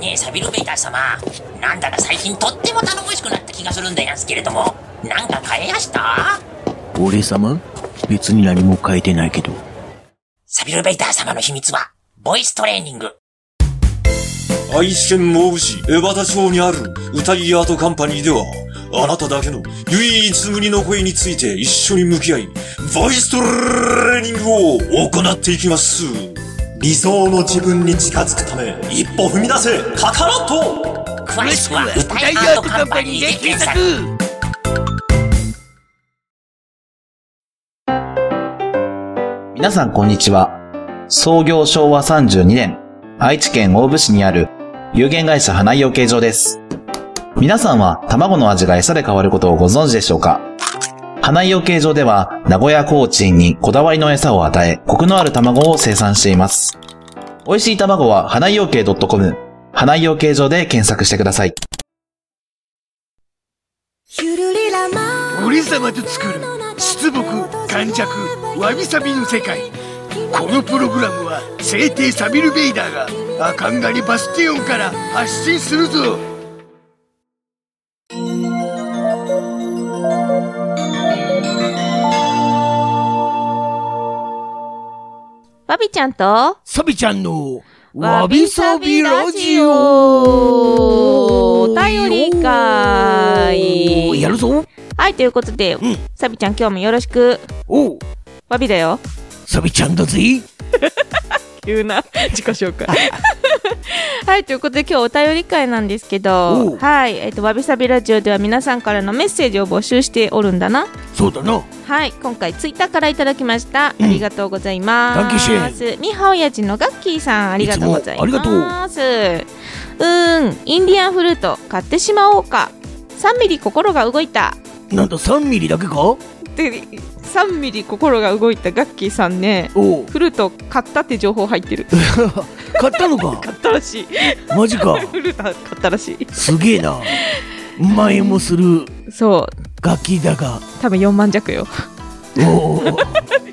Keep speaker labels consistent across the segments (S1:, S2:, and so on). S1: ねえ、サビルベイター様。なんだか最近とっても頼もしくなった気がするんでやんすけれども、なんか変えやした
S2: 俺様別に何も変えてないけど。
S1: サビルベイター様の秘密は、ボイストレーニング。
S3: 愛知県毛布市江端町にある歌いアートカンパニーでは、あなただけの唯一無二の声について一緒に向き合い、ボイストレーニングを行っていきます。理想の自分に近づくため、一歩踏み出せ、カカロット
S1: 詳しくは、歌いアートカンパニーで検索。
S4: 皆さんこんにちは。創業昭和32年、愛知県大府市にある有限会社花井養鶏場です。皆さんは卵の味が餌で変わることをご存知でしょうか花井養鶏場では名古屋コーチンにこだわりの餌を与え、コクのある卵を生産しています。美味しい卵は花井養鶏 .com、花井養鶏場で検索してください。
S5: 俺様と作る出木感弱わびさびの世界このプログラムは聖帝サビル・ベイダーがアカンガリバスティオンから発信するぞ
S6: わびちゃんと、
S5: サビちゃんの
S6: お便り会。
S5: やるぞ
S6: はい、ということで、
S5: ん
S6: サビちゃん今日もよろしく。
S5: おう
S6: わびだよ。
S5: サビちゃんだぜ
S6: 急 な自己紹介。 はい、ということで今日お便り会なんですけ
S5: お
S6: ど、
S5: う
S6: はい、えっ、と、わびさびラジオでは皆さんからのメッセージを募集しておるんだな。
S5: そうだな
S6: はい、今回ツイッターからいただきました。
S5: うん
S6: ありがとうございます。
S5: ダンキュシ
S6: ミハオヤジのガッキーさん、ありがとうございます。
S5: いつもあ
S6: うーん、インディアンフルート買ってしまおうか。3ミリ心が動いた。
S5: なんだ3ミリだけかお
S6: で、3ミリ心が動いたガッキーさんね、
S5: う
S6: フルート買ったって情報入ってる。
S5: 買ったのか
S6: 買ったらしい。
S5: マジか
S6: フルート買ったらしい。
S5: すげえな前もする
S6: そう、
S5: 楽器だが
S6: 多分4万弱よ。
S5: おお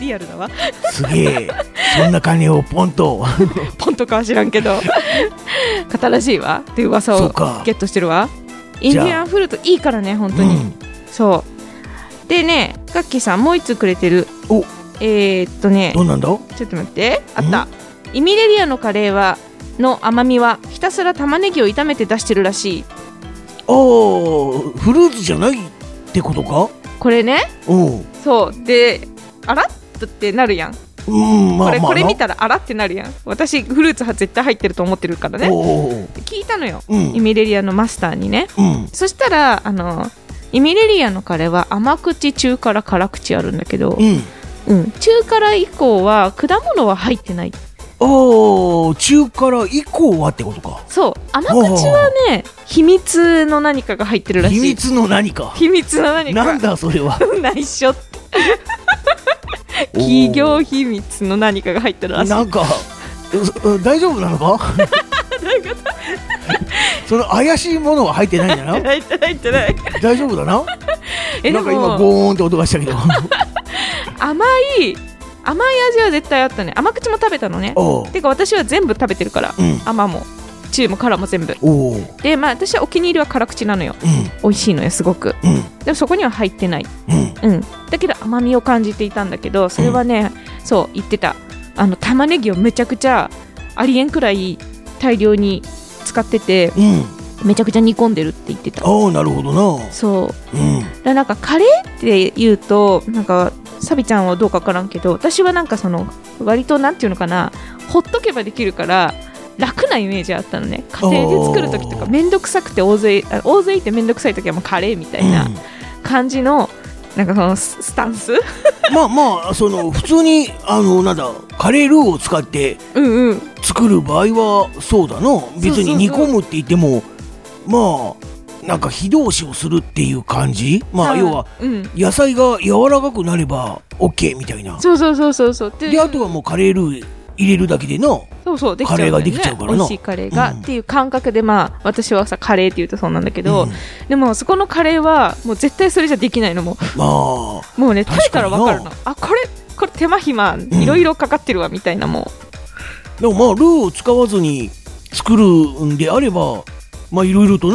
S6: リアルだわ。
S5: すげえそんな金をポンと
S6: ポンとかは知らんけど 買ったらしいわっていう噂
S5: そ
S6: を
S5: うか
S6: ゲットしてるわイン
S5: じ
S6: デ
S5: ゃあ
S6: ィアンフルートいいからね本当
S5: う
S6: に、
S5: ん
S6: そうでねガッキーさんもう一つくれてる
S5: お
S6: えー、っとね
S5: どうなんだ
S6: ちょっと待ってあったイミレリアのカレーはの甘みはひたすら玉ねぎを炒めて出してるらしい
S5: おーフルーツじゃないってことか
S6: これね
S5: おう
S6: そうであらってなるやんこ
S5: うんまあ
S6: れ,、
S5: まあ
S6: これ
S5: な
S6: 見たらあらってなるやん私フルーツは絶対入ってると思ってるからね
S5: おう
S6: 聞いたのよ
S5: うん
S6: イミレリアのマスターにね
S5: うん
S6: そしたらあのイミレリアのカレーは甘口中辛辛口あるんだけど
S5: う、ん
S6: うん、中辛以降は果物は入ってない
S5: おー中辛以降はってことか
S6: そう甘口はね秘密の何かが入ってるらしい
S5: 秘密の何か
S6: 秘密の何か
S5: なん だそれは
S6: 内 緒って企業秘密の何かが入ってる
S5: おー
S6: らしい
S5: なんかうう大丈夫なの か その怪しいものは入ってないんだな
S6: 入ってない入ってない
S5: 大丈夫だな
S6: えで
S5: なんか今
S6: も
S5: ゴーンって音がした けど
S6: 甘い甘い味は絶対あったね甘口も食べたのね
S5: おう
S6: てか私は全部食べてるから
S5: うん
S6: 甘も中も辛も全部
S5: おう
S6: でまあ私はお気に入りは辛口なのよ
S5: う
S6: 美味しいのよすごく
S5: んうん
S6: でもそこには入ってない、
S5: うん
S6: うん、だけど甘みを感じていたんだけどそれはね、そう言ってたあの玉ねぎをめちゃくちゃありえんくらい大量に使ってて
S5: うん
S6: めちゃくちゃ煮込んでるって言ってた
S5: ああなるほどな
S6: そう
S5: うん
S6: だからなんかカレーって言うとなんかサビちゃんはどうか分からんけど私はなんかその割となんていうのかなほっとけばできるから楽なイメージあったのね家庭で作る時とか
S5: おー
S6: 面倒くさくて大勢あ大勢いて面倒くさい時はもうカレーみたいな感じのなんかそのススタンス
S5: まあまあその普通にあのなんだカレールーを使って
S6: うんうん
S5: 作る場合はそうだな別に煮込むって言ってもまあなんか火通しをするっていう感じまあ要は
S6: うん
S5: 野菜が柔らかくなれば OK みたいな
S6: そうそうそうそうそうで
S5: であとはもうカレールー入れるだけでな
S6: そうそうできちゃう
S5: カレーが
S6: んだよ
S5: できちゃうからな
S6: ね、美味しいカレーが、
S5: うん
S6: っていう感覚でまあ私はさカレーって言うとそうなんだけど、
S5: うん
S6: でもそこのカレーはもう絶対それじゃできないのもう
S5: まあ
S6: もうね食べ
S5: 確
S6: た
S5: からにな
S6: 分かるのあこれこれ手間暇いろいろかかってるわみたいなも
S5: でもまあルーを使わずに作るんであればまあいろいろとな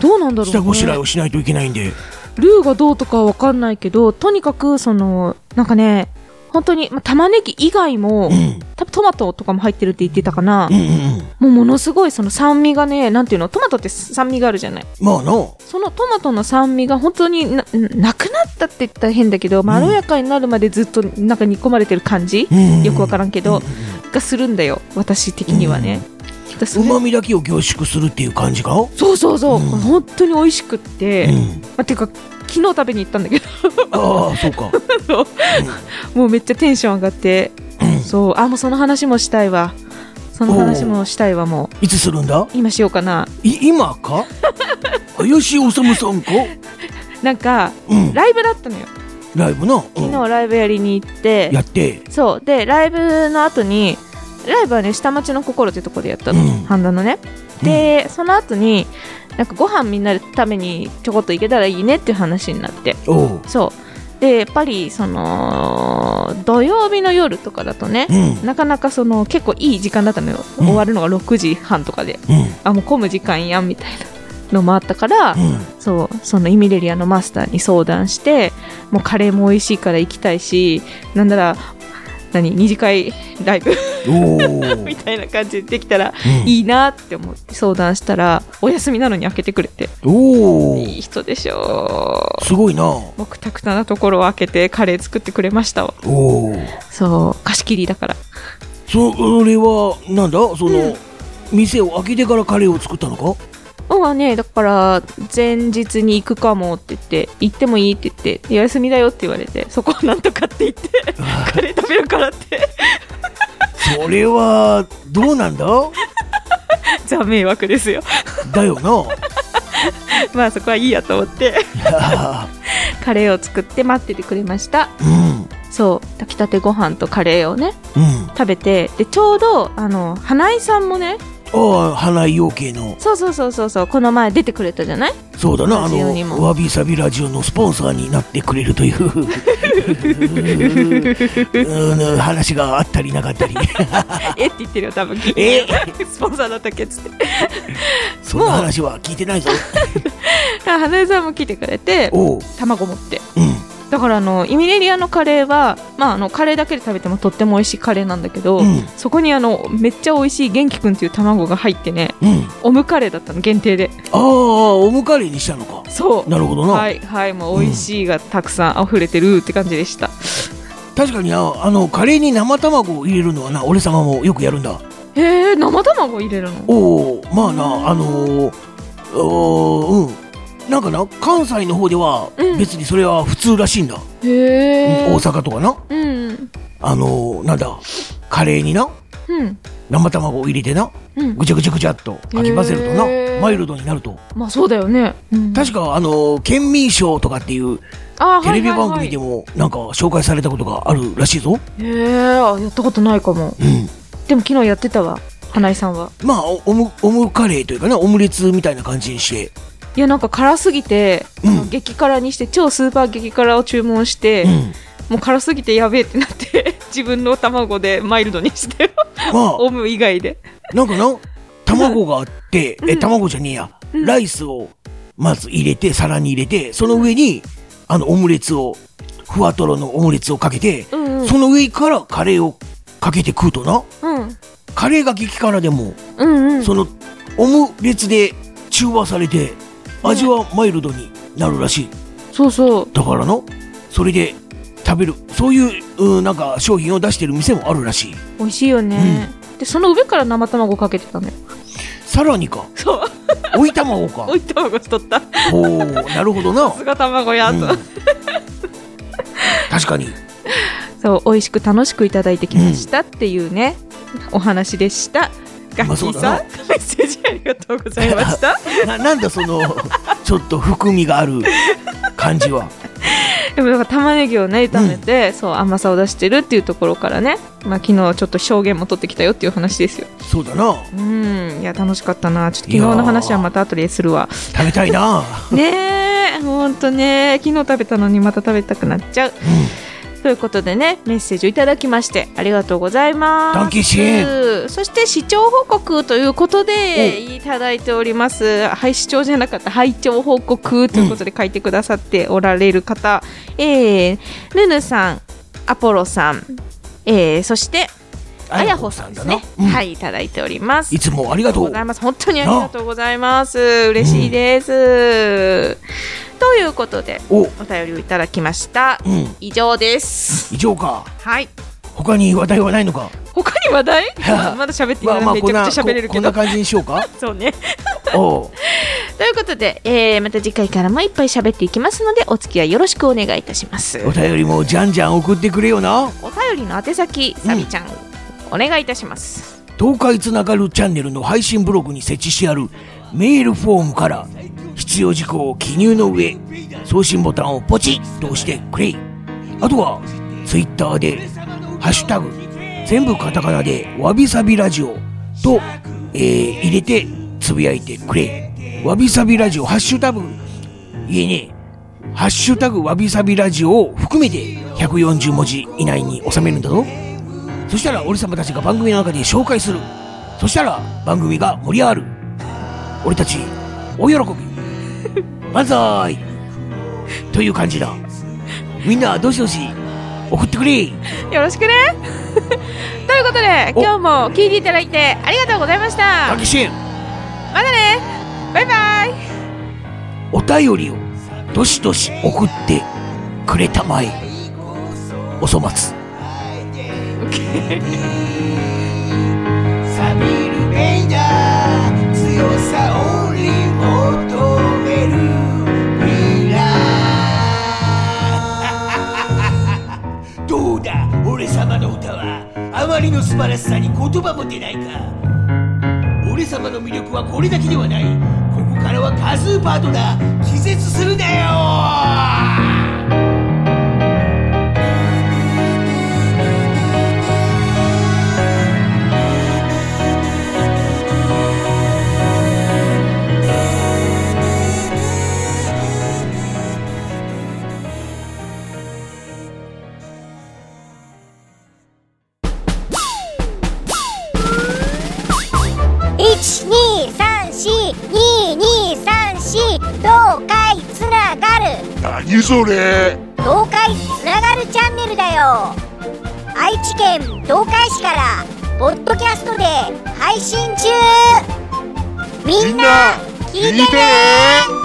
S6: どうなんだろう、ね、
S5: 下ごしらえをしないといけないんで
S6: ルーがどうとかは分かんないけどとにかくそのなんかね本当に、まあ、玉ねぎ以外も、
S5: うん
S6: 多分トマトとかも入ってるって言ってたかな、
S5: うんうんうん
S6: もうものすごいその酸味がねなんていうのトマトって酸味があるじゃない
S5: まあな
S6: そのトマトの酸味が本当にななくなったって言ったら変だけどまろやかになるまでずっとなんか煮込まれてる感じ、
S5: うん
S6: よく分からんけど、
S5: うんうんうん
S6: がするんだよ私的にはね、だそれ
S5: うまみだけを凝縮するっていう感じか
S6: そうそうそ
S5: う
S6: う、
S5: ん
S6: 本当に美味しくって、
S5: うん
S6: まあ、ていうか昨日食べに行ったんだけど
S5: ああそうか
S6: もうめっちゃテンション上がって、
S5: うん
S6: そうあもうその話もしたいわその話もしたいわもう
S5: いつするんだ
S6: 今しようかない
S5: 今か林修さんか
S6: なんか
S5: うん
S6: ライブだったのよ
S5: ライブな、うん
S6: 昨日ライブやりに行って、
S5: やって
S6: そうでライブの後にライブはね下町の心ってとこでやったの、
S5: うん
S6: 半田のねで、その後になんかご飯みんなで食べにちょこっと行けたらいいねっていう話になって
S5: おう
S6: そうでやっぱりその土曜日の夜とかだとね
S5: う、ん
S6: なかなかその結構いい時間だったのよ、
S5: うん
S6: 終わるのが6時半とかで
S5: うん
S6: あもう混む時間やんみたいなのもあったから、
S5: うん
S6: そうそのイミレリアのマスターに相談してもうカレーも美味しいから行きたいしなんなら何二次会ライブ
S5: おー
S6: みたいな感じでできたら
S5: うん
S6: いいなって思って相談したらお休みなのに開けてくれて
S5: お
S6: い
S5: ー
S6: い人でしょ
S5: すごいな
S6: うもうくたくたなところを開けてカレー作ってくれましたわ
S5: おお
S6: そう貸し切りだから
S5: そそれはなんだその、店を開けてからカレーを作ったのか
S6: うんはねだから前日に行くかもって言って行ってもいいって言ってでお休みだよって言われてそこをなんとかって言って カレー食べるからって
S5: それはどうなんだ
S6: ザ迷惑ですよ
S5: だよな
S6: まあそこはいいやと思ってカレーを作って待っててくれました
S5: うん
S6: そう炊きたてご飯とカレーをね
S5: うん
S6: 食べてでちょうどあの花井さんもね
S5: ああ花井養鶏の
S6: そうそうそうそうそうこの前出てくれたじゃない
S5: そうだなあ
S6: ラジオにも
S5: のわびさびラジオのスポンサーになってくれるといううん話があったりなかったり
S6: えって言ってるよ多分
S5: え
S6: スポンサーだったっけっつって
S5: そんな話は聞いてないぞ
S6: 花井さんも来てくれて
S5: おう
S6: 卵持って
S5: うん
S6: だからあのイミレリアのカレーは、まあ、あのカレーだけで食べてもとっても美味しいカレーなんだけど、
S5: うん
S6: そこにあのめっちゃ美味しい元気くんっていう卵が入ってね
S5: うん
S6: オムカレーだったの限定で
S5: ああオムカレーにしたのか
S6: そう
S5: なるほどな、
S6: はいはいもう美味しいがたくさん溢れてるって感じでした、
S5: 確かにああのカレーに生卵を入れるのはな俺様もよくやるんだ
S6: へえ生卵入れるの
S5: おおまあなあのー、おーうんなんかな関西の方では
S6: うん
S5: 別にそれは普通らしいんだ、
S6: へ
S5: うん
S6: え
S5: 大阪とかな
S6: うん
S5: あのー、なんだカレーにな
S6: うん
S5: 生卵を入れてな
S6: うん
S5: ぐちゃぐちゃぐちゃっとかき混ぜるとな
S6: へー
S5: マイルドになると
S6: まあそうだよね、うん、
S5: 確かあのー県民賞とかっていう
S6: あー
S5: テレビ
S6: はいはい
S5: 番
S6: はい
S5: 組でもなんか紹介されたことがあるらしいぞ、
S6: へえあやったことないかも
S5: うん、
S6: でも昨日やってたわ花井さんは
S5: まあおオムオムカレーというかねオムレツみたいな感じにして
S6: いやなんか辛すぎて、
S5: うん
S6: 激辛にして超スーパー激辛を注文して、
S5: うん
S6: もう辛すぎてやべえってなって 自分の卵でマイルドにしてる
S5: ま
S6: オム以外で
S5: あなんかな卵があって、
S6: ん
S5: え卵じゃねえや、
S6: うん
S5: ライスをまず入れて皿に入れてその上にあのオムレツをふわとろのオムレツをかけて、
S6: うんうん
S5: その上からカレーをかけて食うとな
S6: うん
S5: カレーが激辛でも
S6: うんうん
S5: そのオムレツで中和されて味はマイルドになるらしい
S6: そうそう
S5: だからのそれで食べるそういううんなんか商品を出してる店もあるらしい
S6: 美味しいよね、でその上から生卵かけてたのよ
S5: さらにか
S6: そう
S5: 追い卵か
S6: おい卵しとったさ
S5: おおなるほどな、
S6: すが卵や
S5: うん
S6: と、
S5: 確かに
S6: そう美味しく楽しくいただいてきましたっていうね、お話でしたガ
S5: ま
S6: ッ
S5: あ
S6: キ
S5: そ
S6: ー
S5: うだ
S6: さ、
S5: なん
S6: メッセージありがとうございました
S5: ななんだそ のちょっと含みがある感じは
S6: でもなんか玉ねぎをね炒めて、そう甘さを出してるっていうところからね、まあ、昨日ちょっと証言も取ってきたよっていう話ですよ
S5: そうだな
S6: うんいや楽しかったなちょっと昨日
S5: いや
S6: の
S5: ー
S6: 話はまた後でするわ
S5: 食べたいな
S6: ねえほんとね昨日食べたのにまた食べたくなっちゃう、ということでねメッセージをいただきましてありがとうございます
S5: ダンキーシ
S6: そして視聴報告ということでいただいておりますはい視聴じゃなかった拝聴報告ということで書いてくださっておられる方、えー、ヌヌさんアポロさん、えー、そしてあやほさんですね、はいいただいております
S5: いつもあり
S6: ありが
S5: が
S6: と
S5: と
S6: うご
S5: う
S6: ざいます。本当にありがとうございます。嬉しいです。ということで、
S5: お
S6: お便りをいただきました。
S5: うん
S6: 以上です。
S5: 以上か
S6: はい。
S5: 他に話題はないのか
S6: 他に 話題
S5: はあ
S6: まだ喋ってい
S5: ま
S6: な
S5: あ
S6: い、
S5: まあ
S6: め
S5: こん
S6: ちゃ
S5: な
S6: くちゃ喋れる
S5: こ
S6: け
S5: んな
S6: ど。
S5: 感じにしようか
S6: そうね。
S5: おう
S6: ということで、えーまた次回からもいっぱい喋っていきますので、お付き合いよろしくお願いいたします。
S5: お便りもじゃんじゃん送ってくれよな
S6: お便りの宛先、サビちゃん、お願いいたします。
S5: 東海つながるチャンネルの配信ブログに設置してあるメールフォームから必要事項を記入の上送信ボタンをポチッと押してくれあとはツイッターで「ハッシュタグ全部カタカナでわびさびラジオと」えー入れてつぶやいてくれわびさびラジオハッシュタグいいねハッシュタグわびさびラジオを含めて140文字以内に収めるんだぞそしたら俺様たちが番組の中で紹介する。そしたら番組が盛り上がる。俺たち、大喜び。万歳という感じだ。みんな、どしどし、送ってくれ
S6: よろ しくね。ということで、
S5: お
S6: 今日も聞いていただいてありがとうございました
S5: た。けし
S6: またねバイバイ
S5: お便りを、どしどし送ってくれたまえ。おそ松。
S7: サビル・ベイダー強さをリ求める未来 どうだ俺様の歌はあまりの素晴らしさに言葉も出ないか俺様の魅力はこれだけではないここからはカズーパートナー気絶するなよ
S8: 12342234東海つながる
S9: 何それ
S8: 東海つながるチャンネルだよ愛知県東海市からポッドキャストで配信中みんな聞いてね